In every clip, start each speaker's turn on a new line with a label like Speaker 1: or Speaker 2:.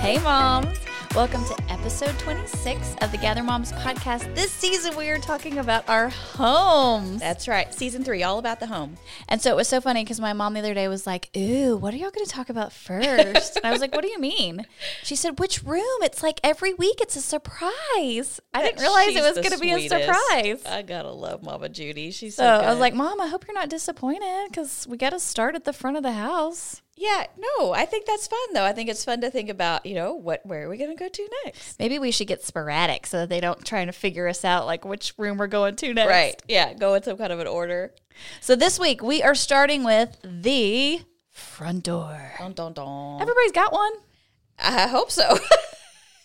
Speaker 1: Hey, moms. Welcome to episode 26 of the Gather Moms podcast. This season, we are talking about our homes.
Speaker 2: That's right, season three, all about the home.
Speaker 1: And so it was so funny because my mom the other day was like, Ooh, what are y'all going to talk about first? and I was like, What do you mean? She said, Which room? It's like every week it's a surprise. I didn't realize
Speaker 2: She's
Speaker 1: it was
Speaker 2: the
Speaker 1: going to be a
Speaker 2: sweetest.
Speaker 1: surprise.
Speaker 2: I gotta love Mama Judy. She's
Speaker 1: So I was like, Mom, I hope you're not disappointed because we got to start at the front of the house.
Speaker 2: yeah, no, I think that's fun though. I think it's fun to think about, you know, what, where are we gonna go to next?
Speaker 1: Maybe we should get sporadic so that they don't try to figure us out like which room we're going to next.
Speaker 2: Right, yeah, go in some kind of an order.
Speaker 1: So this week we are starting with the front door.
Speaker 2: Dun, dun, dun.
Speaker 1: Everybody's got one.
Speaker 2: I hope so.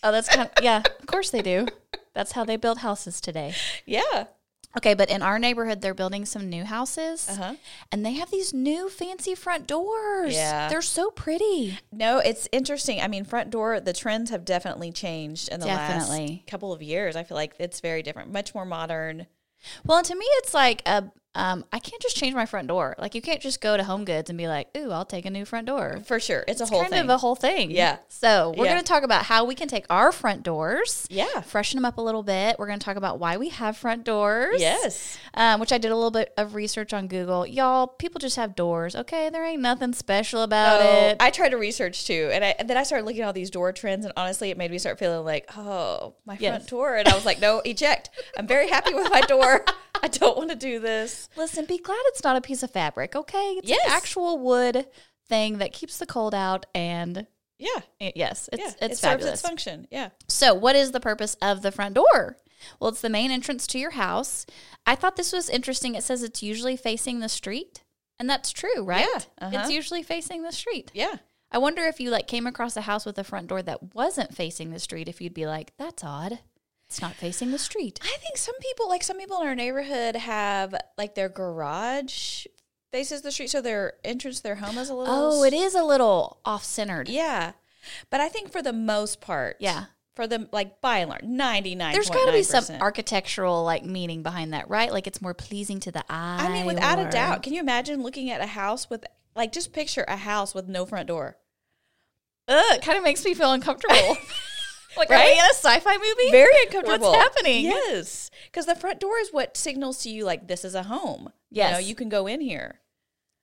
Speaker 1: Oh, that's kind of, yeah, of course they do. That's how they build houses today.
Speaker 2: yeah.
Speaker 1: Okay, but in our neighborhood, they're building some new houses
Speaker 2: Uh-huh.
Speaker 1: and they have these new fancy front doors.
Speaker 2: Yeah.
Speaker 1: They're so pretty.
Speaker 3: No, it's interesting. I mean, front door, the trends have definitely changed in the
Speaker 1: Definitely.
Speaker 3: last couple of years. I feel like it's very different, much more modern.
Speaker 1: Well, and to me, it's like a, um, I can't just change my front door. Like, you can't just go to Home Goods and be like, ooh, I'll take a new front door.
Speaker 3: For sure. It's,
Speaker 1: It's
Speaker 3: a whole
Speaker 1: kind
Speaker 3: thing.
Speaker 1: of a whole thing.
Speaker 3: Yeah.
Speaker 1: So we're
Speaker 3: Yeah.
Speaker 1: going to talk about how we can take our front doors,
Speaker 3: yeah.
Speaker 1: freshen them up a little bit. We're going to talk about why we have front doors.
Speaker 3: Yes.
Speaker 1: Um, which I did a little bit of research on Google. Y'all, people just have doors. Okay, there ain't nothing special about
Speaker 3: So
Speaker 1: it.
Speaker 3: I tried to research too, and, I, and then I started looking at all these door trends, and honestly, it made me start feeling like, oh, my
Speaker 1: Yes.
Speaker 3: front door. And I was like, no, eject. I'm very happy with my door. I don't want to do this.
Speaker 1: Listen, be glad it's not a piece of fabric. Okay, it's
Speaker 3: Yes.
Speaker 1: an actual wood thing that keeps the cold out. And
Speaker 3: Yeah.
Speaker 1: eh, yes, it's
Speaker 3: yeah.
Speaker 1: it's
Speaker 3: it serves
Speaker 1: fabulous.
Speaker 3: its function. Yeah.
Speaker 1: So, what is the purpose of the front door? Well, it's the main entrance to your house. I thought this was interesting. It says it's usually facing the street, and that's true, right?
Speaker 3: Yeah, uh-huh.
Speaker 1: It's usually facing the street.
Speaker 3: Yeah.
Speaker 1: I wonder if you like came across a house with a front door that wasn't facing the street, if you'd be like, "That's odd. It's not facing the street."
Speaker 3: I think some people, like some people in our neighborhood, have like their garage faces the street, so their entrance to their home is a little.
Speaker 1: Oh, it is a little off-centered.
Speaker 3: Yeah, but I think for the most part,
Speaker 1: Yeah.
Speaker 3: for the like by and large, ninety nine.
Speaker 1: There's got to be some architectural like meaning behind that, right? Like it's more pleasing to the eye.
Speaker 3: I mean, without
Speaker 1: or-
Speaker 3: a doubt, can you imagine looking at a house with like just picture a house with no front door?
Speaker 1: Ugh, it kind of makes me feel uncomfortable. like, are
Speaker 3: Right?
Speaker 1: we in a sci-fi movie?
Speaker 3: Very uncomfortable.
Speaker 1: What's happening?
Speaker 3: Yes, because the front door is what signals to you like this is a home. you, know,
Speaker 1: Yes.
Speaker 3: you can go in here.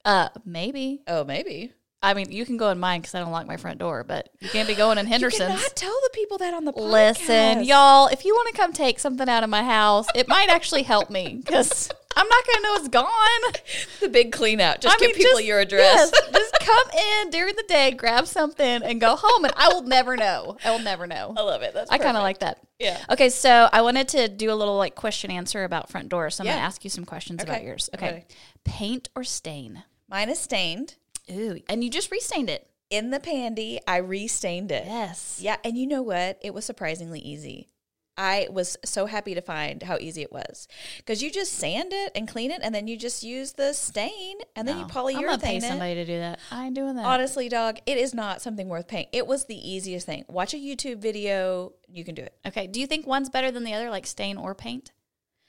Speaker 1: Uh, maybe.
Speaker 3: Oh, maybe
Speaker 1: I mean, you can go in mine because I don't lock my front door, but you can't be going in Henderson's.
Speaker 3: You cannot tell the people that on the podcast.
Speaker 1: Listen, y'all, if you want to come take something out of my house, it might actually help me because I'm not going to know it's gone.
Speaker 3: the big cleanout. Just
Speaker 1: I
Speaker 3: give
Speaker 1: mean,
Speaker 3: people
Speaker 1: just-
Speaker 3: your address.
Speaker 1: yes, just come in during the day, grab something, and go home, and I will never know. I will never know.
Speaker 3: I love it. That's
Speaker 1: I kind of like that.
Speaker 3: Yeah.
Speaker 1: Okay, so I wanted to do a little like question answer about front door. So I'm
Speaker 3: Yeah.
Speaker 1: gonna ask you some questions about
Speaker 3: Okay.
Speaker 1: yours. Okay.
Speaker 3: Okay.
Speaker 1: Paint or stain?
Speaker 3: mine is stained
Speaker 1: Ooh, and you just restained it.
Speaker 3: in the pandy. I restained it.
Speaker 1: Yes.
Speaker 3: Yeah, and you know what? It was surprisingly easy. I was so happy to find how easy it was because you just sand it and clean it, and then you just use the stain, and then you
Speaker 1: Oh, I'm gonna pay
Speaker 3: polyurethane it.
Speaker 1: somebody to do that. I ain't doing that.
Speaker 3: Honestly, dog, it is not something worth paying. It was the easiest thing. Watch a YouTube video; you can do it.
Speaker 1: okay. Do you think one's better than the other, like stain or paint?
Speaker 3: I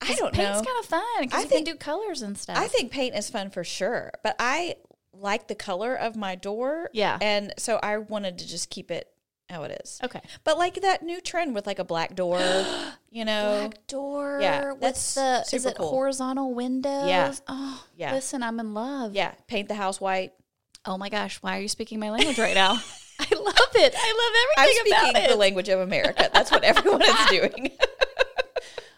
Speaker 1: 'Cause
Speaker 3: don't
Speaker 1: paint's
Speaker 3: know.
Speaker 1: kind of fun
Speaker 3: I
Speaker 1: because you
Speaker 3: think-
Speaker 1: can do colors and stuff.
Speaker 3: I think paint is fun for sure, but I like the color of my door.
Speaker 1: Yeah.
Speaker 3: And so I wanted to just keep it how it is.
Speaker 1: Okay.
Speaker 3: But like that new trend with like a black door, you know.
Speaker 1: Black door.
Speaker 3: Yeah,
Speaker 1: What's
Speaker 3: that's
Speaker 1: the? Is
Speaker 3: super
Speaker 1: it
Speaker 3: cool.
Speaker 1: horizontal windows?
Speaker 3: Yeah.
Speaker 1: Oh,
Speaker 3: Yeah.
Speaker 1: Listen, I'm in love.
Speaker 3: Yeah, paint the house white.
Speaker 1: Oh my gosh, why are you speaking my language right now? I love it. I love
Speaker 3: I'm
Speaker 1: everything about
Speaker 3: speaking
Speaker 1: it.
Speaker 3: the language of America. That's what everyone is doing.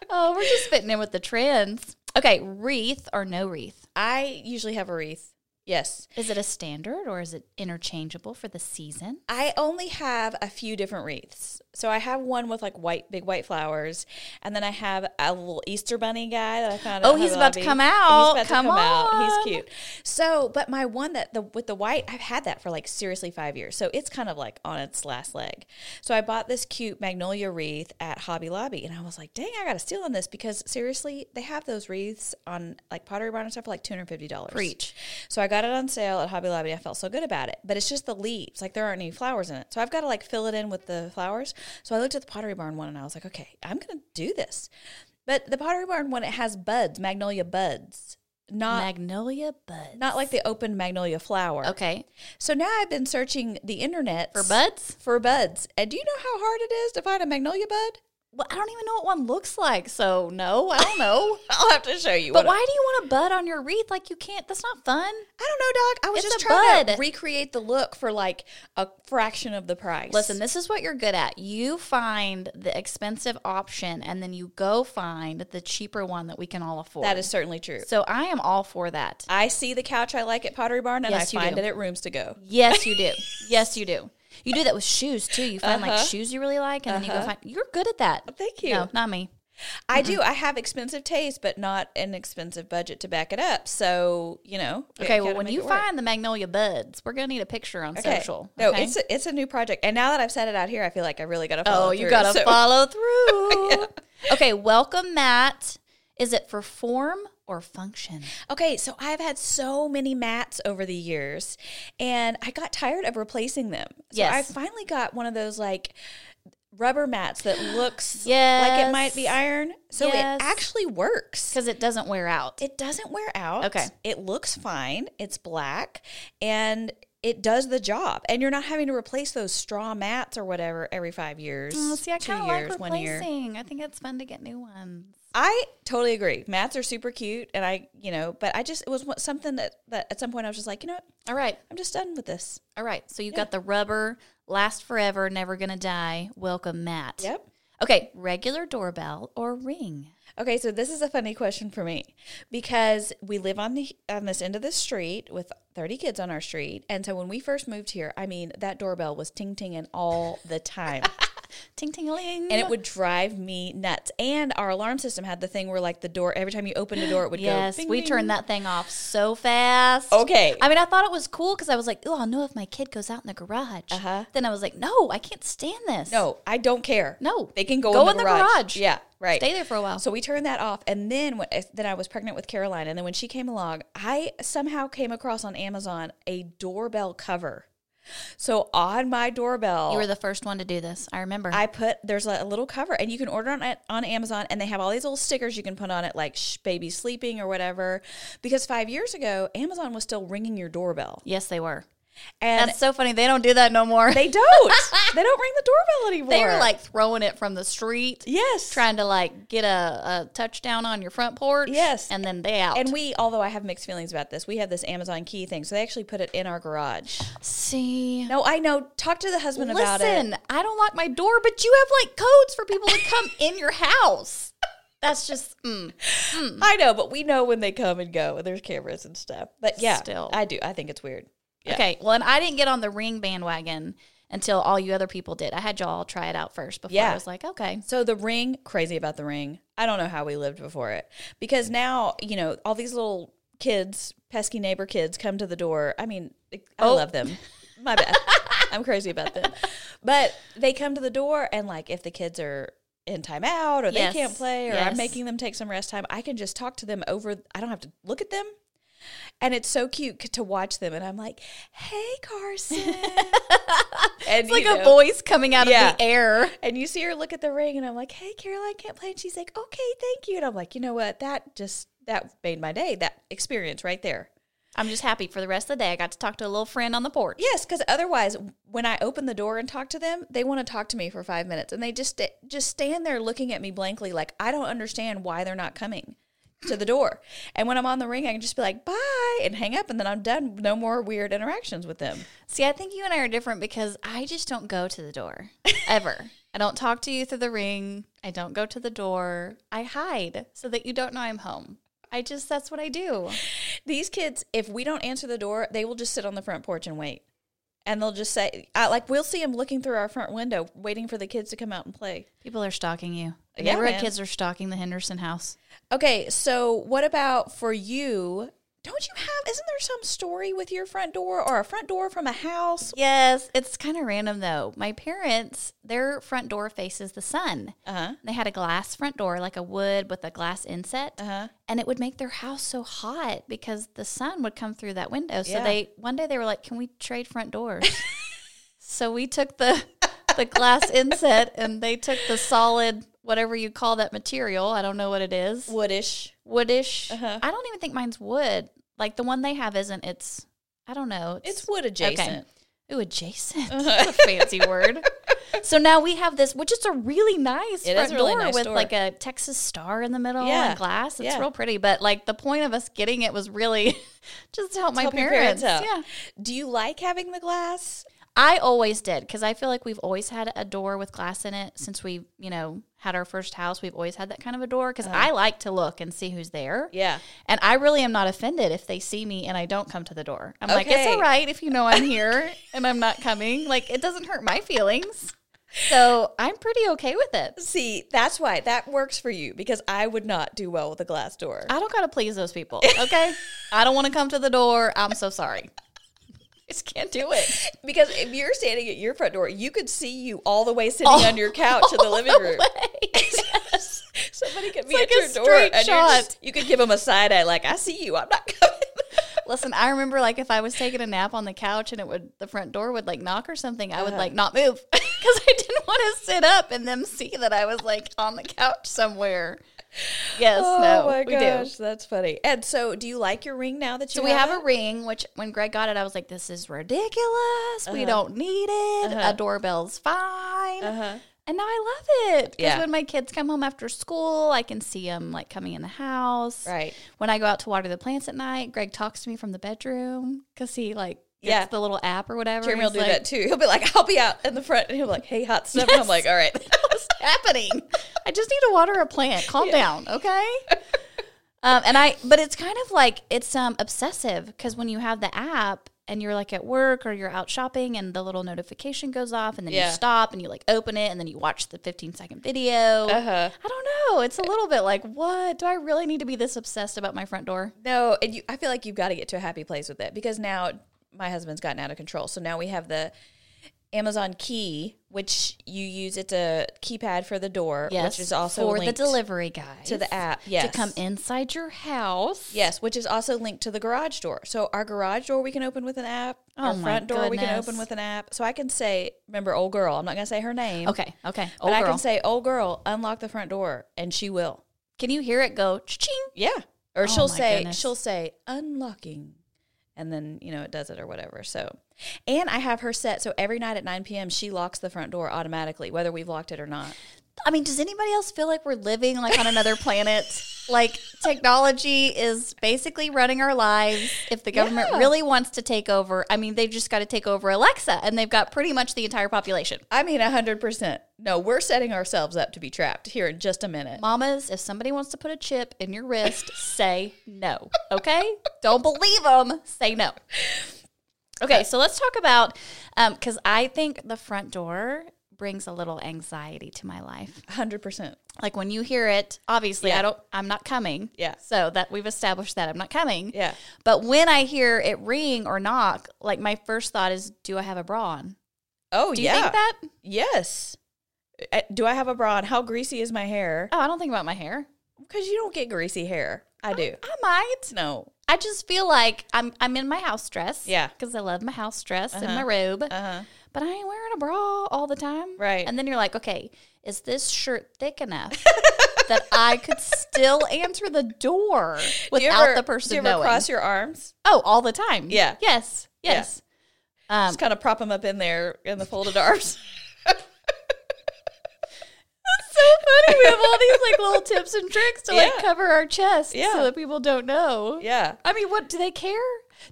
Speaker 1: oh, we're just fitting in with the trends. Okay, wreath or no wreath?
Speaker 3: I usually have a wreath. Yes.
Speaker 1: Is it a standard or is it interchangeable for the season?
Speaker 3: I only have a few different wreaths. So I have one with like white, big white flowers, and then I have a little Easter bunny guy that I found.
Speaker 1: Oh,
Speaker 3: out
Speaker 1: he's
Speaker 3: how
Speaker 1: about to
Speaker 3: lobby.
Speaker 1: come out.
Speaker 3: He's about
Speaker 1: Come
Speaker 3: to come out.
Speaker 1: on.
Speaker 3: He's cute. So, but my one that the with the white, I've had that for like seriously five years. So it's kind of like on its last leg. So I bought this cute magnolia wreath at Hobby Lobby, and I was like, dang, I got to steal on this because seriously, they have those wreaths on like Pottery Barn and stuff for like two hundred fifty dollars.
Speaker 1: Preach.
Speaker 3: So I got it on sale at Hobby Lobby. I felt so good about it, but it's just the leaves. Like there aren't any flowers in it. So I've got to like fill it in with the flowers. So I looked at the Pottery Barn one and I was like, okay, I'm going to do this. But the Pottery Barn one, it has buds, magnolia buds, not
Speaker 1: Magnolia buds.
Speaker 3: Uh, not like the open magnolia flower.
Speaker 1: okay.
Speaker 3: So now I've been searching the internet
Speaker 1: For buds?
Speaker 3: For buds. And do you know how hard it is to find a magnolia bud?
Speaker 1: Well, I don't even know what one looks like, so no, I don't know.
Speaker 3: I'll have to show you.
Speaker 1: but
Speaker 3: But
Speaker 1: why do you want a bud on your wreath? Like you can't. That's not fun.
Speaker 3: I don't know, dog. I was
Speaker 1: It's
Speaker 3: just
Speaker 1: a
Speaker 3: trying
Speaker 1: bud.
Speaker 3: to recreate the look for like a fraction of the price.
Speaker 1: Listen, this is what you're good at. You find the expensive option, and then you go find the cheaper one that we can all afford.
Speaker 3: that is certainly true.
Speaker 1: So I am all for that.
Speaker 3: I see the couch I like at Pottery Barn, and
Speaker 1: Yes,
Speaker 3: I
Speaker 1: you
Speaker 3: find
Speaker 1: do. Mm-hmm.
Speaker 3: it at Rooms to Go.
Speaker 1: Yes, you do. yes, you do. You do that with shoes too. You find
Speaker 3: Uh-huh.
Speaker 1: like shoes you really like, and then you go find. You're good at that.
Speaker 3: Thank you.
Speaker 1: No, not me.
Speaker 3: I do. I have expensive taste, but not an expensive budget to back it up. So you know. we
Speaker 1: Okay,
Speaker 3: gotta
Speaker 1: well, when
Speaker 3: make
Speaker 1: you
Speaker 3: it work.
Speaker 1: find the magnolia buds, we're gonna need a picture on
Speaker 3: Okay.
Speaker 1: social.
Speaker 3: No,
Speaker 1: okay?
Speaker 3: it's a, it's a new project, and now that I've said it out here, I feel like I really got to.
Speaker 1: oh, you gotta follow through. Okay, welcome, Matt. Is it for form or function?
Speaker 3: Okay, so I've had so many mats over the years, and I got tired of replacing them. So
Speaker 1: Yes.
Speaker 3: I finally got one of those like rubber mats that looks like it
Speaker 1: Yes.
Speaker 3: might be iron, so
Speaker 1: Yes.
Speaker 3: it actually works.
Speaker 1: Because it doesn't wear out.
Speaker 3: It doesn't wear out.
Speaker 1: Okay.
Speaker 3: It looks fine. It's black and it does the job. And you're not having to replace those straw mats or whatever every five years.
Speaker 1: Mm, see, I
Speaker 3: two
Speaker 1: kind of
Speaker 3: years,
Speaker 1: like
Speaker 3: one year.
Speaker 1: replacing. I think it's fun to get new ones.
Speaker 3: I totally agree. Mats are super cute. And I, you know, but I just, it was one- something that, that at some point I was just like, you know what?
Speaker 1: All right,
Speaker 3: I'm just done with this.
Speaker 1: all right. So you got the rubber, last forever, never gonna die. Welcome, Matt.
Speaker 3: Yep.
Speaker 1: Okay, regular doorbell or ring?
Speaker 3: Okay, so this is a funny question for me because we live on the on this end of the street with 30 kids on our street, and so when we first moved here, I mean that doorbell was ting tinging all the time.
Speaker 1: Ting tingling.
Speaker 3: and it would drive me nuts. And our alarm system had the thing where like the door every time you opened the door it would
Speaker 1: Yes,
Speaker 3: go. bing,
Speaker 1: we
Speaker 3: bing.
Speaker 1: turned that thing off so fast.
Speaker 3: Okay.
Speaker 1: I mean, I thought it was cool because I was like, oh, I'll know if my kid goes out in the garage.
Speaker 3: Uh-huh.
Speaker 1: Then I was like, no, I can't stand this.
Speaker 3: No, I don't care.
Speaker 1: No.
Speaker 3: they can go,
Speaker 1: Go
Speaker 3: in, the, garage. Yeah, right.
Speaker 1: Stay there for a while.
Speaker 3: So we turned that off, and then when, eh, then I was pregnant with Caroline, and then when she came along, I somehow came across on Amazon a doorbell cover. So on my doorbell,
Speaker 1: you were the first one to do this. I remember.
Speaker 3: I put there's a little cover, and you can order on it on Amazon, and they have all these little stickers you can put on it, like Shh, "baby sleeping" or whatever. Because five years ago, Amazon was still ringing your doorbell,
Speaker 1: yes, they were.
Speaker 3: and
Speaker 1: That's so funny. They don't do that no more.
Speaker 3: they don't. they don't ring the doorbell anymore.
Speaker 1: They were like throwing it from the street,
Speaker 3: yes,
Speaker 1: trying to like get a, a touchdown on your front porch.
Speaker 3: Yes.
Speaker 1: And then they out.
Speaker 3: And we, although I have mixed feelings about this, we have this Amazon key thing, so they actually put it in our garage.
Speaker 1: see.
Speaker 3: No, I know. Talk to the husband about it.
Speaker 1: Listen, I don't lock my door, but you have like codes for people to come in your house. That's just mm.
Speaker 3: I know, but we know when they come and go. and There's cameras and stuff. But yeah,
Speaker 1: Still.
Speaker 3: I do. I think it's weird. Yeah.
Speaker 1: Okay. Well, and I didn't get on the ring bandwagon until all you other people did. I had y'all try it out first before
Speaker 3: Yeah.
Speaker 1: I was like, okay.
Speaker 3: So the ring, crazy about the ring. I don't know how we lived before it because now you know all these little kids, pesky neighbor kids, come to the door. I mean, I
Speaker 1: Oh.
Speaker 3: love them. My bad. I'm crazy about them, but they come to the door and like if the kids are in timeout or they
Speaker 1: Yes.
Speaker 3: can't play or I'm
Speaker 1: Yes.
Speaker 3: making them take some rest time, I can just talk to them over. I don't have to look at them. And it's so cute c- to watch them, and I'm like, "Hey, Carson!" and,
Speaker 1: It's like
Speaker 3: you
Speaker 1: a
Speaker 3: know-
Speaker 1: voice coming out
Speaker 3: Yeah.
Speaker 1: of the air.
Speaker 3: and you see her look at the ring, and I'm like, "Hey, Caroline can't play," and she's like, "Okay, thank you." And I'm like, "You know what? That just that made my day. That experience right there.
Speaker 1: I'm just happy for the rest of the day. I got to talk to a little friend on the porch.
Speaker 3: Yes, because otherwise, when I open the door and talk to them, they want to talk to me for five minutes, and they just sta- just stand there looking at me blankly, like I don't understand why they're not coming to the door. And when I'm on the ring, I can just be like, "Bye," and hang up, and then I'm done. No more weird interactions with them.
Speaker 1: See, I think you and I are different because I just don't go to the door ever. I don't talk to you through the ring. I don't go to the door. I hide so that you don't know I'm home. I just that's what I do.
Speaker 3: These kids, if we don't answer the door, they will just sit on the front porch and wait. And they'll just say, I, like, we'll see them looking through our front window, waiting for the kids to come out and play.
Speaker 1: People are stalking you.
Speaker 3: Yeah,
Speaker 1: Neighborhood
Speaker 3: man.
Speaker 1: kids are stalking the Henderson house.
Speaker 3: Okay, so what about for you? Don't you have, isn't there some story with your front door or a front door from a house?
Speaker 1: Yes, it's kind of random though. My parents, their front door faces the sun.
Speaker 3: Uh huh.
Speaker 1: They had a glass front door, like a wood with a glass inset,
Speaker 3: Uh huh.
Speaker 1: and it would make their house so hot because the sun would come through that window. So
Speaker 3: Yeah.
Speaker 1: they one day they were like, "Can we trade front doors?" so we took the the glass inset and they took the solid whatever you call that material. I don't know what it is.
Speaker 3: Woodish.
Speaker 1: woodish.
Speaker 3: Uh-huh.
Speaker 1: I don't even think mine's wood. Like the one they have isn't. It's I don't know.
Speaker 3: It's Uh-huh. wood adjacent.
Speaker 1: ooh adjacent. That's a fancy word. So now we have this, which is a really nice
Speaker 3: It
Speaker 1: front
Speaker 3: is a really
Speaker 1: door
Speaker 3: nice
Speaker 1: with
Speaker 3: door.
Speaker 1: like a Texas star in the middle
Speaker 3: Yeah.
Speaker 1: and glass. It's
Speaker 3: Yeah.
Speaker 1: real pretty. But like the point of us getting it was really just to help my
Speaker 3: help your
Speaker 1: parents.
Speaker 3: parents out.
Speaker 1: Yeah.
Speaker 3: Do you like having the glass?
Speaker 1: I always did because I feel like we've always had a door with glass in it since we, you know, had our first house. We've always had that kind of a door because I like to look and see who's there.
Speaker 3: Uh-huh. Yeah.
Speaker 1: And I really am not offended if they see me and I don't come to the door. I'm like, it's
Speaker 3: Okay.
Speaker 1: all right if you know I'm here and I'm not coming. Like, it doesn't hurt my feelings. So I'm pretty okay with it.
Speaker 3: See, that's why that works for you because I would not do well with a glass door.
Speaker 1: I don't got to please those people, okay? I don't want to come to the door. I'm so sorry. Just can't do it.
Speaker 3: Because if you're standing at your front door, you could see you all the way sitting on your couch in the living room. Somebody could be
Speaker 1: like
Speaker 3: at
Speaker 1: a
Speaker 3: your door
Speaker 1: straight
Speaker 3: and you're just,
Speaker 1: shot.
Speaker 3: you could give them a side eye like, I see you. I'm not coming.
Speaker 1: Listen, I remember like if I was taking a nap on the couch and it would the front door would like knock or something, I would like not move because I didn't want to sit up and them see that I was like on the couch somewhere. Yes,
Speaker 3: Oh
Speaker 1: no, we do.
Speaker 3: that's funny. And so, do you like your ring now that you
Speaker 1: So we have a ring, which when Greg got it, I was like, "This is ridiculous. We don't need it. A doorbell's fine."
Speaker 3: Uh-huh.
Speaker 1: And now I love it because
Speaker 3: Yeah.
Speaker 1: when my kids come home after school, I can see them like coming in the house.
Speaker 3: Right.
Speaker 1: When I go out to water the plants at night, Greg talks to me from the bedroom because he like gets
Speaker 3: Yeah.
Speaker 1: the little app or whatever.
Speaker 3: Jeremy will
Speaker 1: and
Speaker 3: do
Speaker 1: he's
Speaker 3: that
Speaker 1: like,
Speaker 3: too. He'll be like, I'll be out in the front. And he'll be like, hey, hot stuff. And I'm like, all right.
Speaker 1: What's happening? I just need to water a plant. Calm down, okay? Um, and I, but it's kind of like it's um obsessive because when you have the app and you're like at work or you're out shopping and the little notification goes off and then
Speaker 3: Yeah.
Speaker 1: you stop and you like open it and then you watch the 15 second video.
Speaker 3: Uh-huh.
Speaker 1: I don't know. It's a little bit like, what do I really need to be this obsessed about my front door?
Speaker 3: No, and you, I feel like you've got to get to a happy place with it because now my husband's gotten out of control. So now we have the Amazon Key, which you use. It's a keypad for the door, which is also
Speaker 1: for the
Speaker 3: linked
Speaker 1: delivery guys
Speaker 3: to the app. Yes,
Speaker 1: to come inside your house.
Speaker 3: Yes, which is also linked to the garage door. So our garage door we can open with an app. our
Speaker 1: Oh my
Speaker 3: front door we can
Speaker 1: goodness.
Speaker 3: open with an app. So I can say, remember, old girl. I'm not gonna say her name.
Speaker 1: Okay. Okay.
Speaker 3: but
Speaker 1: Old
Speaker 3: I
Speaker 1: girl.
Speaker 3: can say, old girl, unlock the front door, and she will.
Speaker 1: Can you hear it go ching?
Speaker 3: Yeah. Or
Speaker 1: Oh
Speaker 3: she'll
Speaker 1: my
Speaker 3: say
Speaker 1: goodness.
Speaker 3: she'll say unlocking. And then, you know, it does it or whatever. So and I have her set so every night at nine PM she locks the front door automatically, whether we've locked it or not.
Speaker 1: I mean, does anybody else feel like we're living like on another planet? Like technology is basically running our lives. If the government
Speaker 3: Yeah.
Speaker 1: really wants to take over, I mean, they've just got to take over Alexa and they've got pretty much the entire population.
Speaker 3: I mean hundred percent. No, we're setting ourselves up to be trapped here in just a minute.
Speaker 1: Mamas, if somebody wants to put a chip in your wrist, say no. Okay? Don't believe them. Say no. Okay, so let's talk about because I think the front door brings a little anxiety to my life.
Speaker 3: Hundred percent.
Speaker 1: Like when you hear it, obviously
Speaker 3: Yeah.
Speaker 1: I don't. I'm not coming.
Speaker 3: Yeah.
Speaker 1: So that we've established that I'm not coming.
Speaker 3: Yeah.
Speaker 1: But when I hear it ring or knock, like my first thought is, do I have a bra on?
Speaker 3: Oh
Speaker 1: Do you
Speaker 3: yeah.
Speaker 1: think that?
Speaker 3: Yes. Uh, Do I have a bra on? How greasy is my hair?
Speaker 1: Oh, I don't think about my hair.
Speaker 3: Because you don't get greasy hair. I do.
Speaker 1: I might.
Speaker 3: No.
Speaker 1: I just feel like I'm I'm in my house dress.
Speaker 3: Yeah.
Speaker 1: Because I love my house dress and
Speaker 3: Uh-huh.
Speaker 1: my robe.
Speaker 3: Uh-huh.
Speaker 1: but I ain't wearing a bra all the time.
Speaker 3: Right.
Speaker 1: And then you're like, okay, is this shirt thick enough that I could still answer the door
Speaker 3: Do you
Speaker 1: without
Speaker 3: ever-
Speaker 1: the person
Speaker 3: do you ever
Speaker 1: knowing?
Speaker 3: cross your arms?
Speaker 1: oh, all the time.
Speaker 3: Yeah.
Speaker 1: Yes.
Speaker 3: Yeah.
Speaker 1: Yes. Um,
Speaker 3: just kind of prop them up in there in the folded arms.
Speaker 1: so funny. We have all these like little tips and tricks to like
Speaker 3: Yeah.
Speaker 1: cover our chest
Speaker 3: Yeah.
Speaker 1: so that people don't know.
Speaker 3: Yeah.
Speaker 1: I mean, what do they care?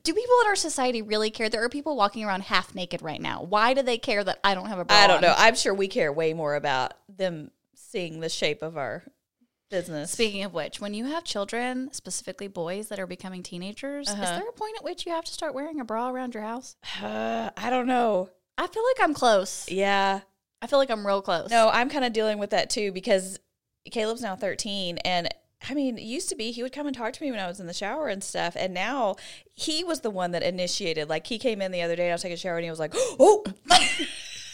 Speaker 1: Do people in our society really care? There are people walking around half naked right now. Why do they care that I don't have a bra?
Speaker 3: I don't
Speaker 1: on?
Speaker 3: know. I'm sure we care way more about them seeing the shape of our business.
Speaker 1: Speaking of which, when you have children, specifically boys that are becoming teenagers, is
Speaker 3: Uh-huh.
Speaker 1: there a point at which you have to start wearing a bra around your house?
Speaker 3: Uh, I don't know.
Speaker 1: I feel like I'm close.
Speaker 3: Yeah.
Speaker 1: I feel like I'm real close.
Speaker 3: No, I'm kind of dealing with that too because Caleb's now 13 and I mean, it used to be he would come and talk to me when I was in the shower and stuff, and now he was the one that initiated. Like he came in the other day, and I was taking a shower, and he was like, "Oh,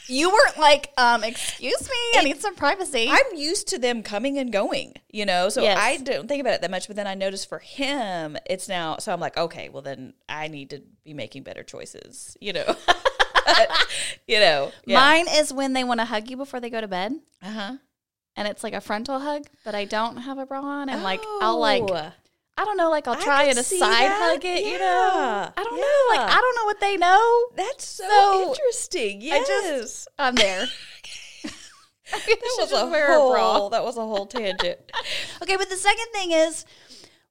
Speaker 1: you weren't like, um, excuse me, I need some privacy.
Speaker 3: I'm used to them coming and going, you know, so
Speaker 1: Yes.
Speaker 3: I don't think about it that much. But then I noticed for him, it's now, so I'm like, okay, well, then I need to be making better choices, you know. you know, yeah.
Speaker 1: Mine is when they want to hug you before they go to bed,
Speaker 3: uh huh.
Speaker 1: and it's like a frontal hug, but I don't have a bra on, and like I'll like Oh,
Speaker 3: Oh,
Speaker 1: I don't know, like I'll
Speaker 3: I
Speaker 1: try
Speaker 3: could
Speaker 1: and a
Speaker 3: see
Speaker 1: side
Speaker 3: that.
Speaker 1: hug it, you know.
Speaker 3: Yeah.
Speaker 1: I don't know, like
Speaker 3: Yeah.
Speaker 1: I don't know what they know.
Speaker 3: That's so,
Speaker 1: So,
Speaker 3: interesting.
Speaker 1: I
Speaker 3: Yes,
Speaker 1: just- I'm there.
Speaker 3: that was a whole that was a whole tangent.
Speaker 1: Okay, but the second thing is,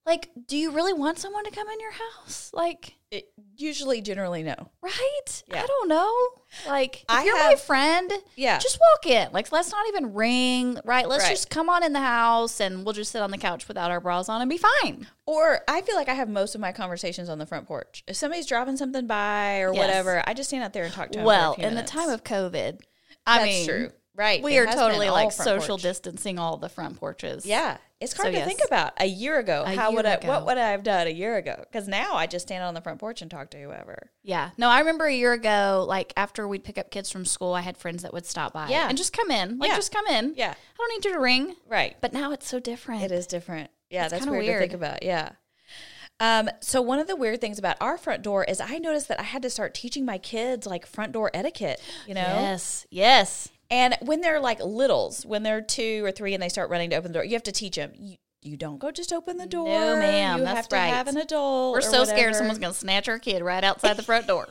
Speaker 1: like, do you really want someone to come in your house? Like,
Speaker 3: It- usually, generally, no.
Speaker 1: right?
Speaker 3: Yeah.
Speaker 1: I don't know. Like, if
Speaker 3: I
Speaker 1: you're my
Speaker 3: have-
Speaker 1: friend,
Speaker 3: Yeah,
Speaker 1: just walk in. Like, let's not even ring, right? Let's
Speaker 3: Right.
Speaker 1: just come on in the house and we'll just sit on the couch without our bras on and be fine.
Speaker 3: Or I feel like I have most of my conversations on the front porch. If somebody's driving something by or
Speaker 1: Yes.
Speaker 3: whatever, I just stand out there and talk to them.
Speaker 1: well,
Speaker 3: for a few
Speaker 1: in
Speaker 3: minutes.
Speaker 1: the time of COVID, I
Speaker 3: That's
Speaker 1: mean,
Speaker 3: true. Right.
Speaker 1: we
Speaker 3: It
Speaker 1: are
Speaker 3: has been
Speaker 1: totally
Speaker 3: all
Speaker 1: like
Speaker 3: front porch.
Speaker 1: social distancing all the front porches.
Speaker 3: Yeah. It's hard
Speaker 1: So,
Speaker 3: to
Speaker 1: yes.
Speaker 3: think about a year ago.
Speaker 1: A
Speaker 3: how
Speaker 1: year
Speaker 3: would I,
Speaker 1: ago.
Speaker 3: what would I have done a year ago? Because now I just stand on the front porch and talk to whoever.
Speaker 1: Yeah. No, I remember a year ago, like after we'd pick up kids from school, I had friends that would stop by.
Speaker 3: Yeah.
Speaker 1: And just come in. Like
Speaker 3: Yeah.
Speaker 1: just come in.
Speaker 3: Yeah.
Speaker 1: I don't need you to ring.
Speaker 3: Right.
Speaker 1: But now it's so different.
Speaker 3: It is different. Yeah,
Speaker 1: It's
Speaker 3: that's
Speaker 1: kinda
Speaker 3: weird, to
Speaker 1: weird.
Speaker 3: think about. Yeah. Um, so one of the weird things about our front door is I noticed that I had to start teaching my kids like front door etiquette, you know?
Speaker 1: Yes. Yes.
Speaker 3: And when they're like littles, when they're two or three and they start running to open the door, you have to teach them. You, you don't go just open the door.
Speaker 1: ma'am,
Speaker 3: You
Speaker 1: that's
Speaker 3: have to
Speaker 1: right.
Speaker 3: have an adult.
Speaker 1: We're
Speaker 3: or
Speaker 1: so
Speaker 3: whatever.
Speaker 1: scared someone's gonna snatch our kid right outside the front door.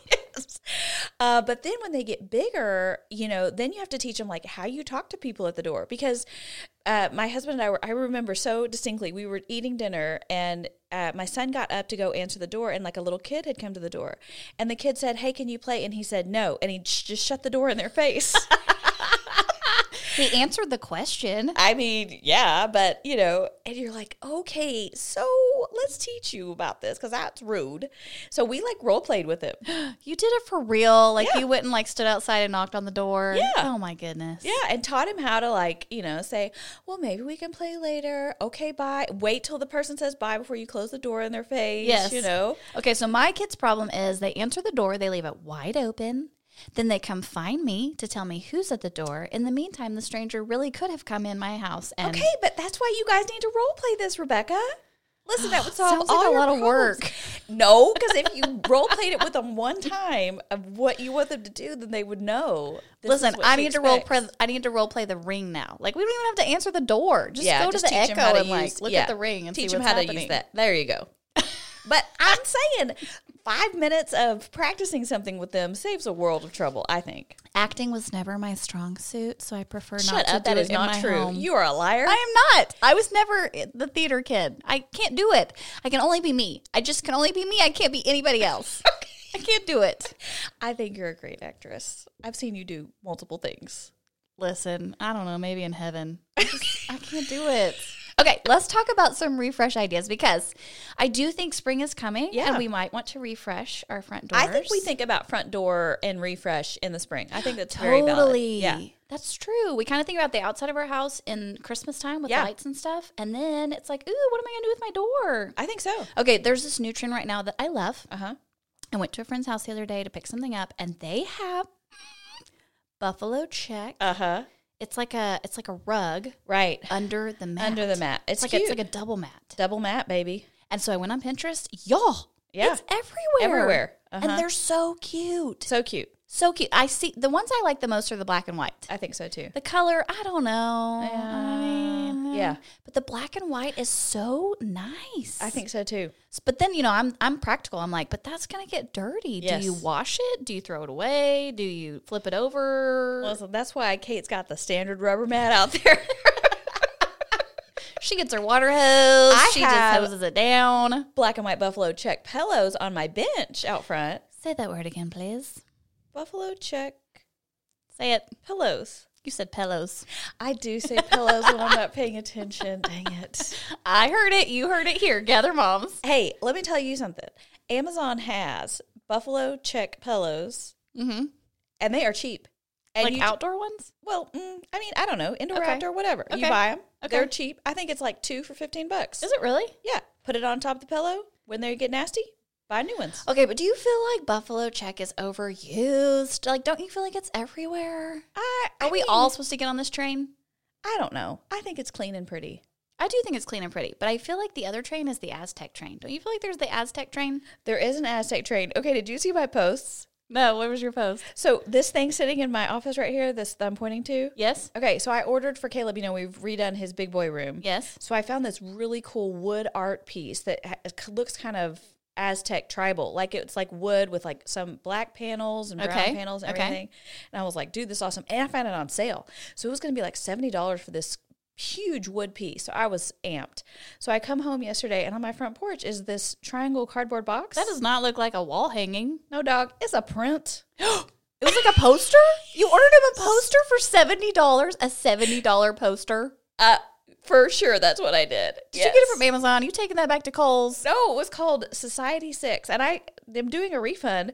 Speaker 3: Uh, but then when they get bigger, you know, then you have to teach them like how you talk to people at the door because uh, my husband and I were, I remember so distinctly, we were eating dinner and uh, my son got up to go answer the door and like a little kid had come to the door and the kid said, Hey, can you play? And he said, No. And he sh- just shut the door in their face.
Speaker 1: he answered the question.
Speaker 3: I mean, yeah, but you know, and you're like, okay, so let's teach you about this because that's rude. So we like role played with him.
Speaker 1: You did it for real. Like
Speaker 3: Yeah.
Speaker 1: you went and like stood outside and knocked on the door.
Speaker 3: Yeah.
Speaker 1: Oh my goodness.
Speaker 3: Yeah, and taught him how to like, you know, say, well, maybe we can play later. Okay, bye. Wait till the person says bye before you close the door in their face.
Speaker 1: Yes.
Speaker 3: You know,
Speaker 1: Okay, so my kid's problem is they answer the door, they leave it wide open. Then they come find me to tell me who's at the door. In the meantime, the stranger really could have come in my house and
Speaker 3: okay, but that's why you guys need to role play this, Rebecca. Listen, that would solve
Speaker 1: Sounds like
Speaker 3: all
Speaker 1: a
Speaker 3: your
Speaker 1: lot of
Speaker 3: problems.
Speaker 1: work.
Speaker 3: No, because if you role played it with them one time of what you want them to do, then they would know. this is
Speaker 1: Listen,
Speaker 3: what
Speaker 1: I
Speaker 3: she
Speaker 1: need to role
Speaker 3: expects.
Speaker 1: play. I need to role play the ring now. Like we don't even have to answer the door. Just
Speaker 3: Yeah,
Speaker 1: go
Speaker 3: just
Speaker 1: to the
Speaker 3: teach 'em
Speaker 1: echo
Speaker 3: how to
Speaker 1: and like
Speaker 3: use-
Speaker 1: look
Speaker 3: yeah.
Speaker 1: at the ring and
Speaker 3: teach
Speaker 1: see
Speaker 3: them
Speaker 1: what's
Speaker 3: how
Speaker 1: happening.
Speaker 3: to use that. There you go. but I'm saying five minutes of practicing something with them saves a world of trouble. I think.
Speaker 1: Acting was never my strong suit, so I prefer not
Speaker 3: Shut
Speaker 1: to
Speaker 3: up!
Speaker 1: do
Speaker 3: That
Speaker 1: it
Speaker 3: is
Speaker 1: in
Speaker 3: not
Speaker 1: my
Speaker 3: true.
Speaker 1: home.
Speaker 3: You are a liar.
Speaker 1: I am not. I was never the theater kid. I can't do it. I can only be me. I just can only be me. I can't be anybody else. I can't do it.
Speaker 3: I think you're a great actress. I've seen you do multiple things.
Speaker 1: Listen, I don't know. Maybe in heaven. I, just, I can't do it. Okay, let's talk about some refresh ideas because I do think spring is coming and
Speaker 3: Yeah.
Speaker 1: we might want to refresh our front doors.
Speaker 3: I think we think about front door and refresh in the spring. I think that's very valid.
Speaker 1: totally.
Speaker 3: Yeah.
Speaker 1: That's true. We kind of think about the outside of our house in Christmas time with
Speaker 3: Yeah.
Speaker 1: lights and stuff. And then it's like, ooh, what am I going to do with my door?
Speaker 3: I think so.
Speaker 1: Okay, there's this new trend right now that I love.
Speaker 3: Uh huh.
Speaker 1: I went to a friend's house the other day to pick something up, and they have buffalo check.
Speaker 3: Uh huh.
Speaker 1: it's like a it's like a rug
Speaker 3: Right.
Speaker 1: under the mat.
Speaker 3: Under the mat.
Speaker 1: It's
Speaker 3: It's
Speaker 1: like
Speaker 3: cute.
Speaker 1: it's like a double mat.
Speaker 3: double mat, baby.
Speaker 1: And so I went on Pinterest. Y'all,
Speaker 3: Yeah.
Speaker 1: it's everywhere.
Speaker 3: Everywhere. Uh-huh.
Speaker 1: And they're so cute.
Speaker 3: So cute.
Speaker 1: So cute. I see the ones I like the most are the black and white.
Speaker 3: I think so too.
Speaker 1: The color, I don't know. I mean,
Speaker 3: yeah.
Speaker 1: But the black and white is so nice.
Speaker 3: I think so too.
Speaker 1: But then you know, I'm I'm practical. I'm like, but that's gonna get dirty.
Speaker 3: Yes.
Speaker 1: Do you wash it? Do you throw it away? Do you flip it over?
Speaker 3: Listen, that's why Kate's got the standard rubber mat out there.
Speaker 1: she gets her water hose.
Speaker 3: I
Speaker 1: she
Speaker 3: have-
Speaker 1: just hoses it down.
Speaker 3: Black and white buffalo check pillows on my bench out front.
Speaker 1: Say that word again, please.
Speaker 3: Buffalo check
Speaker 1: Say it.
Speaker 3: pillows.
Speaker 1: You said pillows.
Speaker 3: I do say pillows when I'm not paying attention. Dang it.
Speaker 1: I heard it. You heard it here. Gather moms.
Speaker 3: Hey, let me tell you something. Amazon has buffalo check pillows,
Speaker 1: Mm-hmm.
Speaker 3: and they are cheap. And
Speaker 1: like
Speaker 3: you,
Speaker 1: outdoor ones?
Speaker 3: well, mm, I mean, I don't know, indoor,
Speaker 1: Okay.
Speaker 3: outdoor, whatever. You
Speaker 1: Okay.
Speaker 3: buy them.
Speaker 1: Okay.
Speaker 3: They're cheap. I think it's like two for fifteen bucks.
Speaker 1: Is it really?
Speaker 3: Yeah. Put it on top of the pillow. When they get nasty, buy new ones.
Speaker 1: Okay, but do you feel like Buffalo Check is overused? Like, don't you feel like it's everywhere?
Speaker 3: I, I
Speaker 1: Are we
Speaker 3: mean,
Speaker 1: all supposed to get on this train?
Speaker 3: I don't know. I think it's clean and pretty.
Speaker 1: I do think it's clean and pretty, but I feel like the other train is the Aztec train. Don't you feel like there's the Aztec train?
Speaker 3: There is an Aztec train. Okay, did you see my posts?
Speaker 1: No, what was your post?
Speaker 3: So this thing sitting in my office right here, this that I'm pointing to.
Speaker 1: Yes.
Speaker 3: Okay, so I ordered for Caleb. You know, we've redone his big boy room.
Speaker 1: Yes.
Speaker 3: So I found this really cool wood art piece that ha- looks kind of Aztec tribal, like it's like wood with like some black panels and brown
Speaker 1: Okay,
Speaker 3: panels and
Speaker 1: okay.
Speaker 3: everything. And I was like, dude, this is awesome. And I found it on sale. So it was going to be like $70 for this huge wood piece. So I was amped. So I come home yesterday and on my front porch is this triangle cardboard box.
Speaker 1: That does not look like a wall hanging.
Speaker 3: no dog, it's a print.
Speaker 1: It was like a poster? You ordered him a poster for $70, a $70 poster.
Speaker 3: Uh, for sure, that's what I did.
Speaker 1: Did you get it from Amazon? You taking that back to Kohl's?
Speaker 3: No, it was called Society Six, and I am doing a refund.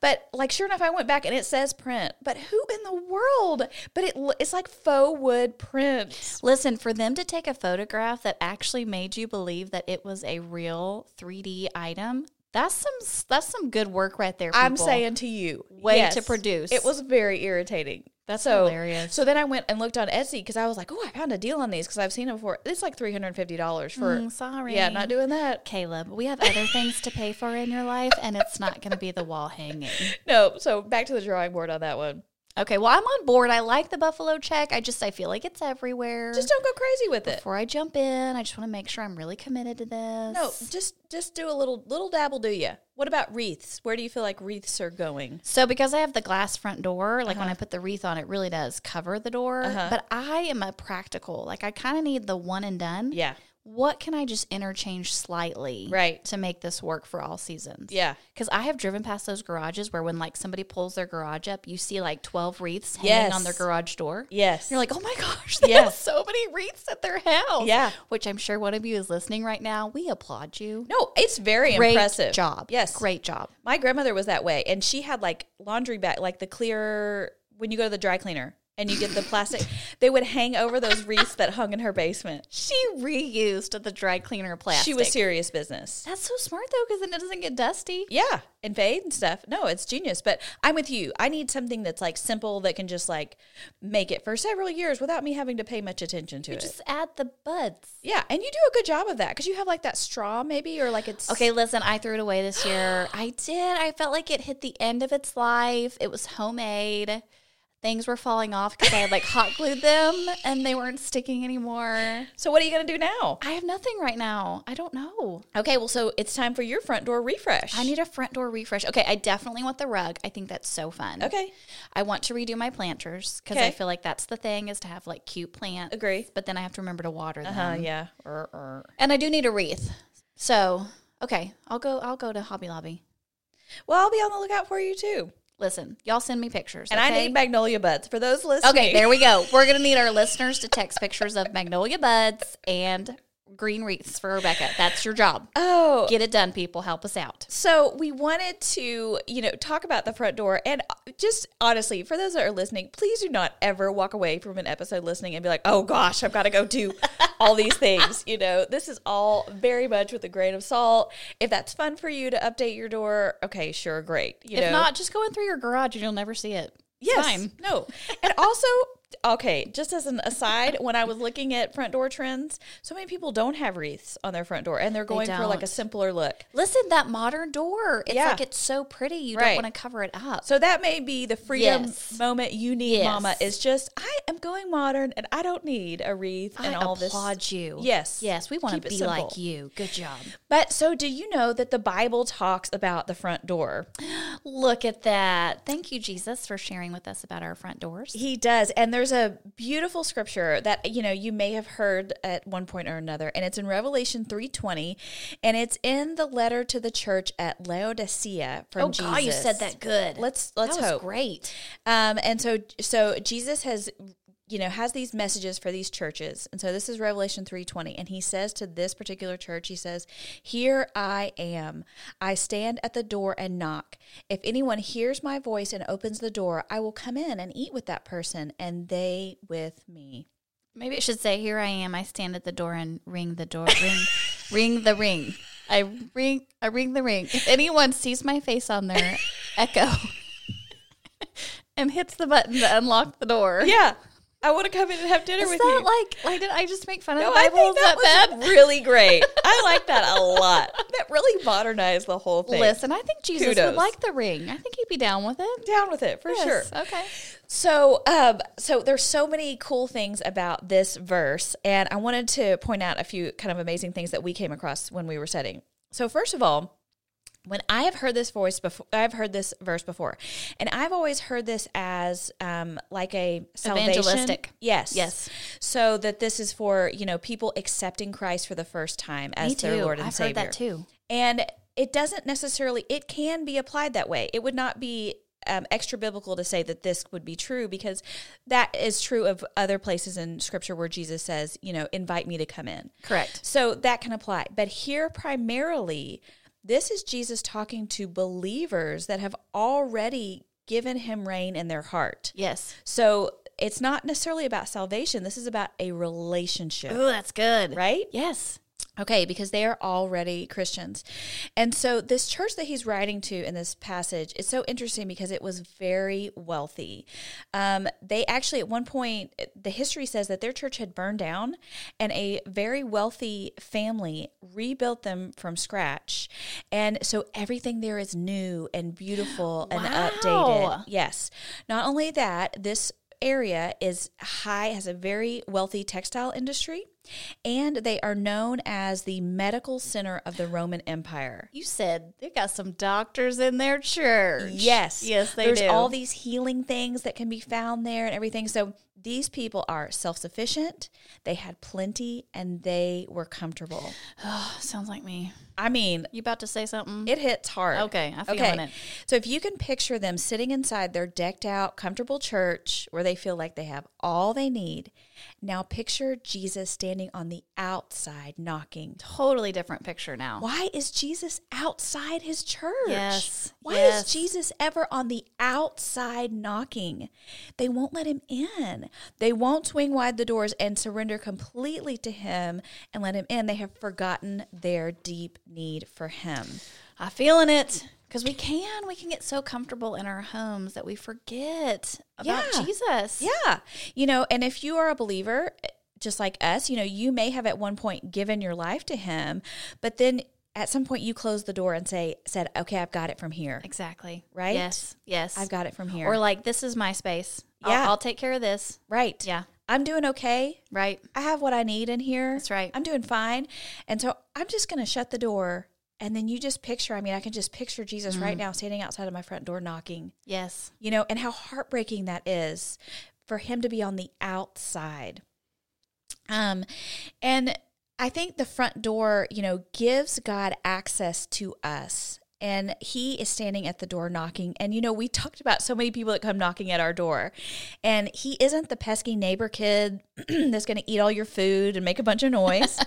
Speaker 3: But like, sure enough, I went back and it says print. But who in the world? But it l- it's like faux wood print.
Speaker 1: Listen, for them to take a photograph that actually made you believe that it was a real 3D item, that's some that's some good work right there.
Speaker 3: I'm
Speaker 1: people.
Speaker 3: saying to you,
Speaker 1: Way to produce.
Speaker 3: It was very irritating.
Speaker 1: That's
Speaker 3: so
Speaker 1: hilarious.
Speaker 3: So then I went and looked on Etsy because I was like, oh, I found a deal on these because I've seen them before. It's like three hundred and fifty dollars for.
Speaker 1: Mm, sorry.
Speaker 3: Yeah, not doing that.
Speaker 1: Caleb, we have other things to pay for in your life, and it's not going to be the wall hanging.
Speaker 3: No, so back to the drawing board on that one.
Speaker 1: Okay, well, I'm on board. I like the buffalo check. I just I feel like it's everywhere.
Speaker 3: Just don't go crazy with it.
Speaker 1: before I jump in, I just want to make sure I'm really committed to this.
Speaker 3: No, just just do a little little dabble, do you? What about wreaths? Where do you feel like wreaths are going?
Speaker 1: So because I have the glass front door, like when
Speaker 3: Uh-huh.
Speaker 1: I put the wreath on, it really does cover the door. But I am a practical. Like I kind of need the one and done.
Speaker 3: Yeah,
Speaker 1: What can I just interchange slightly,
Speaker 3: Right.
Speaker 1: to make this work for all seasons?
Speaker 3: yeah,
Speaker 1: Because I have driven past those garages where when like somebody pulls their garage up, you see like 12 wreaths hanging on their
Speaker 3: Yes.
Speaker 1: garage door.
Speaker 3: yes.
Speaker 1: You're like, oh my gosh, they
Speaker 3: Yeah.
Speaker 1: have so many wreaths at their house.
Speaker 3: Yeah.
Speaker 1: Which I'm sure one of you is listening right now. We applaud you.
Speaker 3: no, it's very
Speaker 1: Great
Speaker 3: impressive.
Speaker 1: job.
Speaker 3: Yes,
Speaker 1: Great job.
Speaker 3: My grandmother was that way, and she had like laundry bag, like the clear when you go to the dry cleaner and you get the plastic. they would hang over those wreaths that hung in her basement.
Speaker 1: She reused the dry cleaner plastic.
Speaker 3: She was serious business.
Speaker 1: That's so smart though, because then it doesn't get dusty.
Speaker 3: Yeah, and fade and stuff. No, it's genius. But I'm with you. I need something that's like simple that can just like make it for several years without me having to pay much attention to it.
Speaker 1: Just add the buds.
Speaker 3: Yeah, and you do a good job of that because you have like that straw maybe or like it's
Speaker 1: Okay, listen, I threw it away this year. I did. I felt like it hit the end of its life. It was homemade. Things were falling off because I had like hot glued them and they weren't sticking anymore.
Speaker 3: So what are you gonna do now?
Speaker 1: I have nothing right now. I don't know.
Speaker 3: Okay, well, so it's time for your front door refresh.
Speaker 1: I need a front door refresh. Okay, I definitely want the rug. I think that's so fun.
Speaker 3: Okay,
Speaker 1: I want to redo my planters because I
Speaker 3: Okay.
Speaker 1: feel like that's the thing is to have like cute plants.
Speaker 3: Agree.
Speaker 1: But then I have to remember to water them.
Speaker 3: uh, yeah, er, er.
Speaker 1: And I do need a wreath. So, okay, I'll go I'll go to Hobby Lobby.
Speaker 3: Well, I'll be on the lookout for you too.
Speaker 1: Listen, y'all send me pictures.
Speaker 3: And I
Speaker 1: okay?
Speaker 3: need magnolia buds for those listening.
Speaker 1: Okay, there we go. We're gonna need our listeners to text pictures of magnolia buds and green wreaths for Rebecca. That's your job.
Speaker 3: Oh,
Speaker 1: Get it done, people. Help us out.
Speaker 3: so we wanted to, you know, talk about the front door, and uh, just honestly, for those that are listening, please do not ever walk away from an episode listening and be like, "Oh gosh, I've got to go do all these things." You know, this is all very much with a grain of salt. If that's fun for you to update your door, okay, sure, great. You
Speaker 1: If
Speaker 3: know,
Speaker 1: not, just go in through your garage and you'll never see it. It's
Speaker 3: Yes.
Speaker 1: fine.
Speaker 3: No. And also, okay, just as an aside, when I was looking at front door trends, so many people don't have wreaths on their front door and they're going for like a
Speaker 1: don't.
Speaker 3: simpler look.
Speaker 1: Listen, that modern door. It's
Speaker 3: Yeah.
Speaker 1: like it's so pretty. You
Speaker 3: Right.
Speaker 1: don't want to cover it up.
Speaker 3: So that may be the freedom
Speaker 1: Yes.
Speaker 3: moment you need,
Speaker 1: Yes.
Speaker 3: Mama, is just I am going modern and I don't need a wreath
Speaker 1: I
Speaker 3: and all this.
Speaker 1: applaud you.
Speaker 3: Yes.
Speaker 1: Yes, we want
Speaker 3: Keep
Speaker 1: to
Speaker 3: it
Speaker 1: be
Speaker 3: simple.
Speaker 1: like you. Good job.
Speaker 3: But so do you know that the Bible talks about the front door?
Speaker 1: Look at that. Thank you, Jesus, for sharing with us about our front doors.
Speaker 3: He does. And there's a beautiful scripture that you know you may have heard at one point or another and it's in Revelation 3:20 and it's in the letter to the church at Laodicea from
Speaker 1: oh,
Speaker 3: Jesus.
Speaker 1: God, you said that good.
Speaker 3: Let's let's
Speaker 1: that was
Speaker 3: hope.
Speaker 1: great.
Speaker 3: Um and so so Jesus has you know has these messages for these churches and so this is revelation 3.20 and he says to this particular church he says here i am i stand at the door and knock if anyone hears my voice and opens the door i will come in and eat with that person and they with me
Speaker 1: Maybe it should say, "Here I am. I stand at the door and ring the door. Ring, ring the ring. I ring. I ring the ring. If anyone sees my face on their echo and hits the button to unlock the door,
Speaker 3: yeah i want to come in and have dinner
Speaker 1: Is that like? Like, did I just make fun of
Speaker 3: No,
Speaker 1: the
Speaker 3: I
Speaker 1: Bible?
Speaker 3: think
Speaker 1: Is that,
Speaker 3: that,
Speaker 1: bad?
Speaker 3: was really great. I like that a lot. That really modernized the whole thing.
Speaker 1: Listen, I think Jesus
Speaker 3: Kudos.
Speaker 1: would like the ring. I think he'd be down with it.
Speaker 3: down with it for sure.
Speaker 1: Yes, Okay.
Speaker 3: So, um, so there's so many cool things about this verse, and I wanted to point out a few kind of amazing things that we came across when we were studying. So, first of all, when I have heard this voice before, I've heard this verse before, and I've always heard this as um, like a salvation.
Speaker 1: Evangelistic.
Speaker 3: Yes,
Speaker 1: Yes.
Speaker 3: So that this is for you know people accepting Christ for the first time as
Speaker 1: Me too.
Speaker 3: their Lord and
Speaker 1: I've
Speaker 3: Savior.
Speaker 1: heard that too.
Speaker 3: And it doesn't necessarily, it can be applied that way. It would not be um, extra biblical to say that this would be true because that is true of other places in scripture where Jesus says, you know, invite me to come in.
Speaker 1: Correct.
Speaker 3: So that can apply. But here, primarily, this is Jesus talking to believers that have already given him reign in their heart.
Speaker 1: Yes.
Speaker 3: So it's not necessarily about salvation, this is about a relationship,
Speaker 1: Ooh, that's good.
Speaker 3: right?
Speaker 1: Yes.
Speaker 3: Okay, because they are already Christians. And so this church that he's writing to in this passage is so interesting because it was very wealthy. Um, they actually, at one point, the history says that their church had burned down and a very wealthy family rebuilt them from scratch. And so everything there is new and beautiful and updated.
Speaker 1: Wow.
Speaker 3: Yes. Not only that, this area is high has a very wealthy textile industry and they are known as the medical center of the Roman Empire.
Speaker 1: You said they got some doctors in their church.
Speaker 3: Yes.
Speaker 1: Yes, they
Speaker 3: There's
Speaker 1: do.
Speaker 3: all these healing things that can be found there and everything. So these people are self-sufficient, they had plenty and they were comfortable.
Speaker 1: Oh, Sounds like me.
Speaker 3: I mean,
Speaker 1: You about to say something?
Speaker 3: It hits hard.
Speaker 1: Okay, I feel it.
Speaker 3: So if you can picture them sitting inside their decked out, comfortable church where they feel like they have all they need, now picture Jesus standing on the outside knocking.
Speaker 1: totally different picture now.
Speaker 3: Why is Jesus outside his church?
Speaker 1: Yes,
Speaker 3: Why is
Speaker 1: yes.
Speaker 3: Jesus ever on the outside knocking? They won't let him in. They won't swing wide the doors and surrender completely to him and let him in. They have forgotten their deep need for him.
Speaker 1: I'm feeling it because we can. We can get so comfortable in our homes that we forget about
Speaker 3: Yeah.
Speaker 1: Jesus.
Speaker 3: Yeah. You know, and if you are a believer, eh, just like us, you know, you may have at one point given your life to him, but then at some point you closed the door and say said, "Okay, I've got it from here."
Speaker 1: exactly.
Speaker 3: Right?
Speaker 1: Yes, yes.
Speaker 3: I've got it from here.
Speaker 1: Or like this is my space. I'll-
Speaker 3: Yeah.
Speaker 1: I'll, take care of this.
Speaker 3: right.
Speaker 1: Yeah,
Speaker 3: I'm doing okay.
Speaker 1: right.
Speaker 3: I have what I need in here.
Speaker 1: That's right.
Speaker 3: I'm doing fine. And so I'm just going to shut the door and then you just picture, I mean, I can just picture Jesus right
Speaker 1: Mm.
Speaker 3: now standing outside of my front door knocking.
Speaker 1: Yes,
Speaker 3: You know, and how heartbreaking that is for him to be on the outside. Um and I think the front door, you know, gives God access to us. And he is standing at the door knocking. And, you know, we talked about so many people that come knocking at our door. And he isn't the pesky neighbor kid that's going to eat all your food and make a bunch of noise.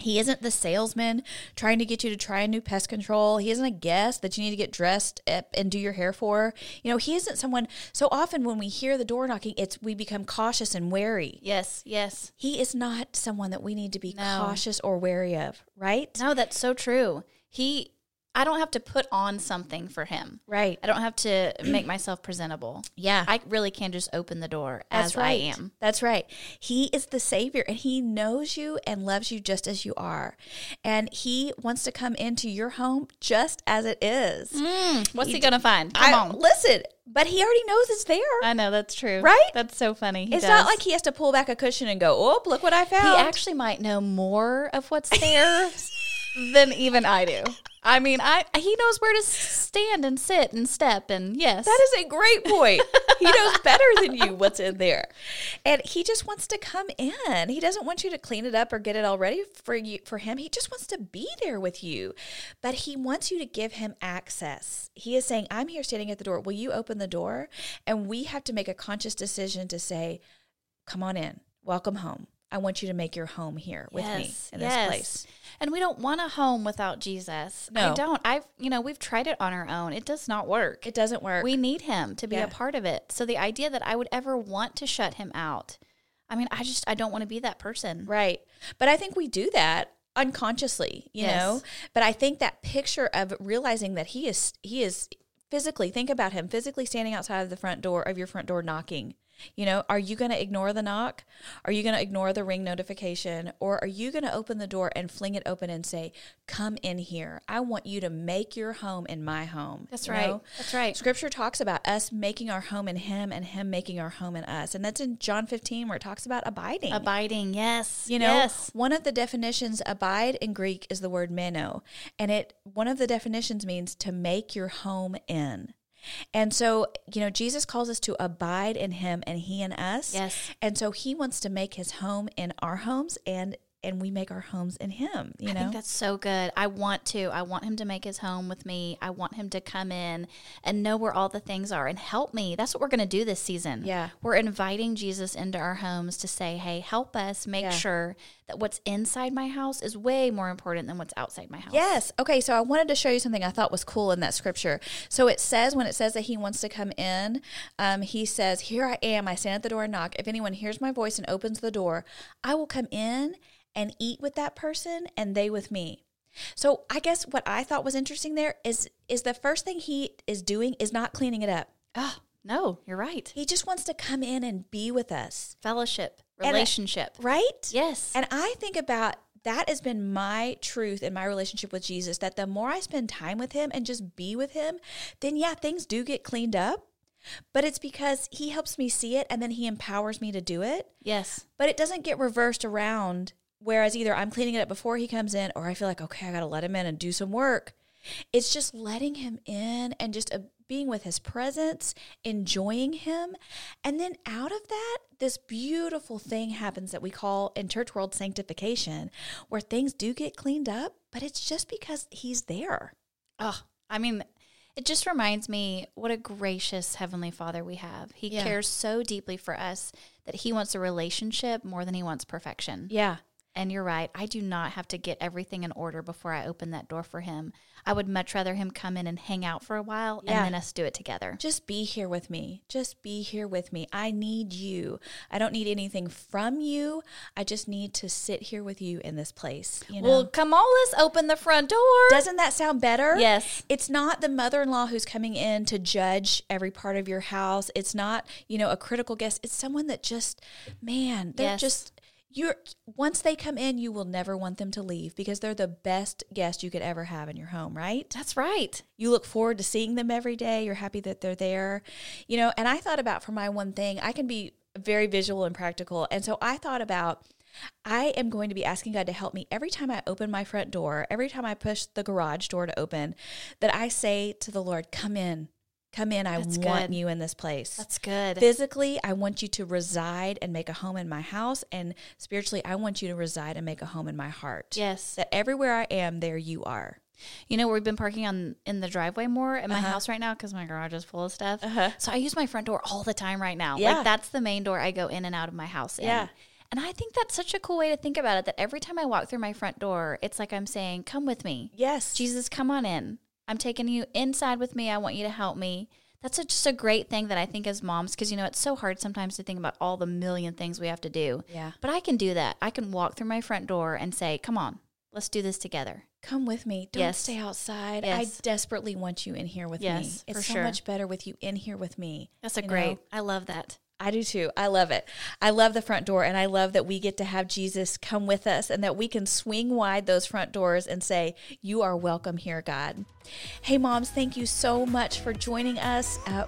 Speaker 3: He isn't the salesman trying to get you to try a new pest control. He isn't a guest that you need to get dressed up and do your hair for. You know, he isn't someone so often when we hear the door knocking, it's we become cautious and wary.
Speaker 1: yes, yes.
Speaker 3: He is not someone that we need to be
Speaker 1: No.
Speaker 3: cautious or wary of, right?
Speaker 1: No, that's so true. He, I don't have to put on something for him.
Speaker 3: Right.
Speaker 1: I don't have to make myself presentable.
Speaker 3: Yeah.
Speaker 1: I really can just open the door as I am.
Speaker 3: That's right. He is the Savior and He knows you and loves you just as you are. And He wants to come into your home just as it is.
Speaker 1: What's he, gonna find? Mm, Come
Speaker 3: Hmm. I-
Speaker 1: on.
Speaker 3: Listen, but He already knows it's there.
Speaker 1: I know that's true.
Speaker 3: Right?
Speaker 1: That's so funny. He
Speaker 3: It's
Speaker 1: does.
Speaker 3: not like he has to pull back a cushion and go, "Oh, look what I found."
Speaker 1: he actually might know more of what's there than even I do. I mean, I he knows where to s- stand and sit and step and yes.
Speaker 3: that is a great point. he knows better than you what's in there, and he just wants to come in. He doesn't want you to clean it up or get it all ready for you for him. He just wants to be there with you, but he wants you to give him access. He is saying, "I'm here, standing at the door. Will you open the door?" And we have to make a conscious decision to say. come on in, welcome home. I want you to make your home here with me
Speaker 1: Yes,
Speaker 3: in
Speaker 1: yes.
Speaker 3: this place.
Speaker 1: And we don't want a home without Jesus. I
Speaker 3: No.
Speaker 1: don't. I've, you know, we've tried it on our own. It does not work.
Speaker 3: It doesn't work.
Speaker 1: we need him to be
Speaker 3: Yeah.
Speaker 1: a part of it. So the idea that I would ever want to shut him out, I mean, I just, I don't want to be that person.
Speaker 3: Right. But I think we do that unconsciously, you
Speaker 1: Yes.
Speaker 3: know. But I think that picture of realizing that he is he is physically think about him physically standing outside of the front door of your front door knocking. You know, are you going to ignore the knock? Are you going to ignore the ring notification or are you going to open the door and fling it open and say, "Come in here. I want you to make your home in my home."
Speaker 1: That's
Speaker 3: you
Speaker 1: right.
Speaker 3: know?
Speaker 1: That's right.
Speaker 3: Scripture talks about us making our home in him and him making our home in us. And that's in John 15 where it talks about abiding.
Speaker 1: Abiding. Yes.
Speaker 3: You know,
Speaker 1: Yes.
Speaker 3: one of the definitions abide in Greek is the word meno, and it one of the definitions means to make your home in. And so, you know, Jesus calls us to abide in him and he in us.
Speaker 1: Yes.
Speaker 3: And so he wants to make his home in our homes and and we make our homes in him, you
Speaker 1: I
Speaker 3: know.
Speaker 1: think that's so good. I want to. I want him to make his home with me. I want him to come in and know where all the things are and help me. That's what we're going to do this season.
Speaker 3: Yeah.
Speaker 1: We're inviting Jesus into our homes to say, hey, help us make
Speaker 3: Yeah.
Speaker 1: sure that what's inside my house is way more important than what's outside my house.
Speaker 3: Yes. Okay. So I wanted to show you something I thought was cool in that scripture. So it says, when it says that he wants to come in, um, he says, Here I am. I stand at the door and knock. If anyone hears my voice and opens the door, I will come in and eat with that person and they with me. So I guess what I thought was interesting there is is the first thing he is doing is not cleaning it up.
Speaker 1: Oh, no, you're right.
Speaker 3: He just wants to come in and be with us,
Speaker 1: Fellowship,
Speaker 3: I-
Speaker 1: relationship.
Speaker 3: right?
Speaker 1: yes.
Speaker 3: And I think about that has been my truth in my relationship with Jesus that the more I spend time with him and just be with him, then yeah, things do get cleaned up. But it's because he helps me see it and then he empowers me to do it.
Speaker 1: yes.
Speaker 3: But it doesn't get reversed around. Whereas either I'm cleaning it up before he comes in or I feel like, okay, I got to let him in and do some work. It's just letting him in and just uh, being with his presence, enjoying him. And then out of that, this beautiful thing happens that we call in church world sanctification, where things do get cleaned up, but it's just because he's there.
Speaker 1: Oh, I mean, it just reminds me what a gracious Heavenly Father we have. He
Speaker 3: Yeah.
Speaker 1: cares so deeply for us that He wants a relationship more than He wants perfection.
Speaker 3: Yeah.
Speaker 1: And you're right. I do not have to get everything in order before I open that door for Him. I would much rather Him come in and hang out for a while
Speaker 3: Yeah.
Speaker 1: and then us do it together.
Speaker 3: Just be here with me. Just be here with me. I need you. I don't need anything from you. I just need to sit here with you in this place. You know?
Speaker 1: Well, come on, let's open the front door.
Speaker 3: doesn't that sound better?
Speaker 1: Yes.
Speaker 3: It's not the mother in law who's coming in to judge every part of your house. It's not, you know, a critical guest. It's someone that just, man, they're
Speaker 1: Yes.
Speaker 3: just, you're, once they come in, you will never want them to leave because they're the best guest you could ever have in your home, right?
Speaker 1: That's right.
Speaker 3: You look forward to seeing them every day. You're happy that they're there. You know, and I thought about for my one thing, I can be very visual and practical. And so I thought about I am going to be asking God to help me every time I open my front door, every time I push the garage door to open, that I say to the Lord, Come in, come in. I
Speaker 1: That's
Speaker 3: want
Speaker 1: good.
Speaker 3: you in this place.
Speaker 1: That's good.
Speaker 3: Physically, I want you to reside and make a home in my house. And spiritually, I want you to reside and make a home in my heart.
Speaker 1: yes.
Speaker 3: That everywhere I am, there you are.
Speaker 1: You know, we've been parking on in the driveway more at my
Speaker 3: Uh-huh.
Speaker 1: house right now because my garage is full of stuff.
Speaker 3: Uh-huh.
Speaker 1: So I use my front door all the time right now.
Speaker 3: Yeah.
Speaker 1: Like that's the main door I go in and out of my house. in.
Speaker 3: Yeah.
Speaker 1: And I think that's such a cool way to think about it that every time I walk through my front door, it's like I'm saying, "Come with me.
Speaker 3: Yes.
Speaker 1: Jesus, come on in. I'm taking you inside with me. I want you to help me." That's a, just a great thing that I think as moms because you know it's so hard sometimes to think about all the million things we have to do.
Speaker 3: Yeah.
Speaker 1: But I can do that. I can walk through my front door and say, "Come on. Let's do this together."
Speaker 3: Come with me. Don't
Speaker 1: Yes.
Speaker 3: stay outside.
Speaker 1: Yes.
Speaker 3: I desperately want you in here with
Speaker 1: Yes,
Speaker 3: me. It's
Speaker 1: for
Speaker 3: so
Speaker 1: sure.
Speaker 3: much better with you in here with me.
Speaker 1: That's a
Speaker 3: you know?
Speaker 1: great. I love that.
Speaker 3: I do too. I love it. I love the front door and I love that we get to have Jesus come with us and that we can swing wide those front doors and say, You are welcome here, God. Hey, moms, thank you so much for joining us. Uh,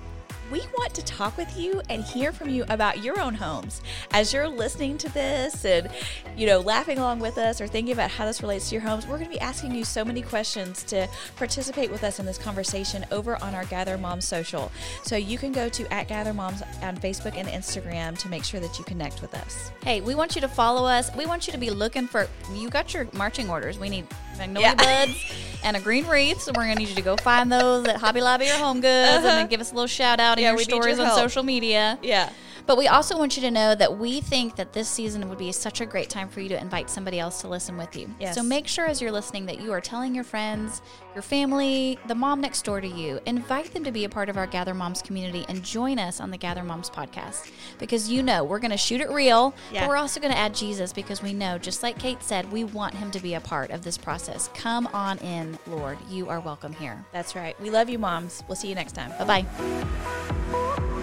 Speaker 3: we want to talk with you and hear from you about your own homes as you're listening to this and you know laughing along with us or thinking about how this relates to your homes we're going to be asking you so many questions to participate with us in this conversation over on our gather mom social so you can go to at gather moms on facebook and instagram to make sure that you connect with us
Speaker 1: Hey, we want you to follow us. We want you to be looking for. You got your marching orders. We need magnolia
Speaker 3: Yeah.
Speaker 1: buds and a green wreath. So we're gonna need you to go find those at Hobby Lobby or Home Goods, and then give us a little shout out in
Speaker 3: Uh-huh. Yeah,
Speaker 1: your
Speaker 3: we need your
Speaker 1: stories on
Speaker 3: help.
Speaker 1: social media.
Speaker 3: yeah
Speaker 1: But we also want you to know that we think that this season would be such a great time for you to invite somebody else to listen with you.
Speaker 3: Yes.
Speaker 1: So make sure as you're listening that you are telling your friends, your family, the mom next door to you, invite them to be a part of our Gather Moms community and join us on the Gather Moms podcast because you know we're going to shoot it real,
Speaker 3: Yeah.
Speaker 1: but we're also going to add Jesus because we know, just like Kate said, we want him to be a part of this process. Come on in, Lord. You are welcome here.
Speaker 3: That's right. We love you, moms. We'll see you next time.
Speaker 1: Bye bye.
Speaker 4: Thank you.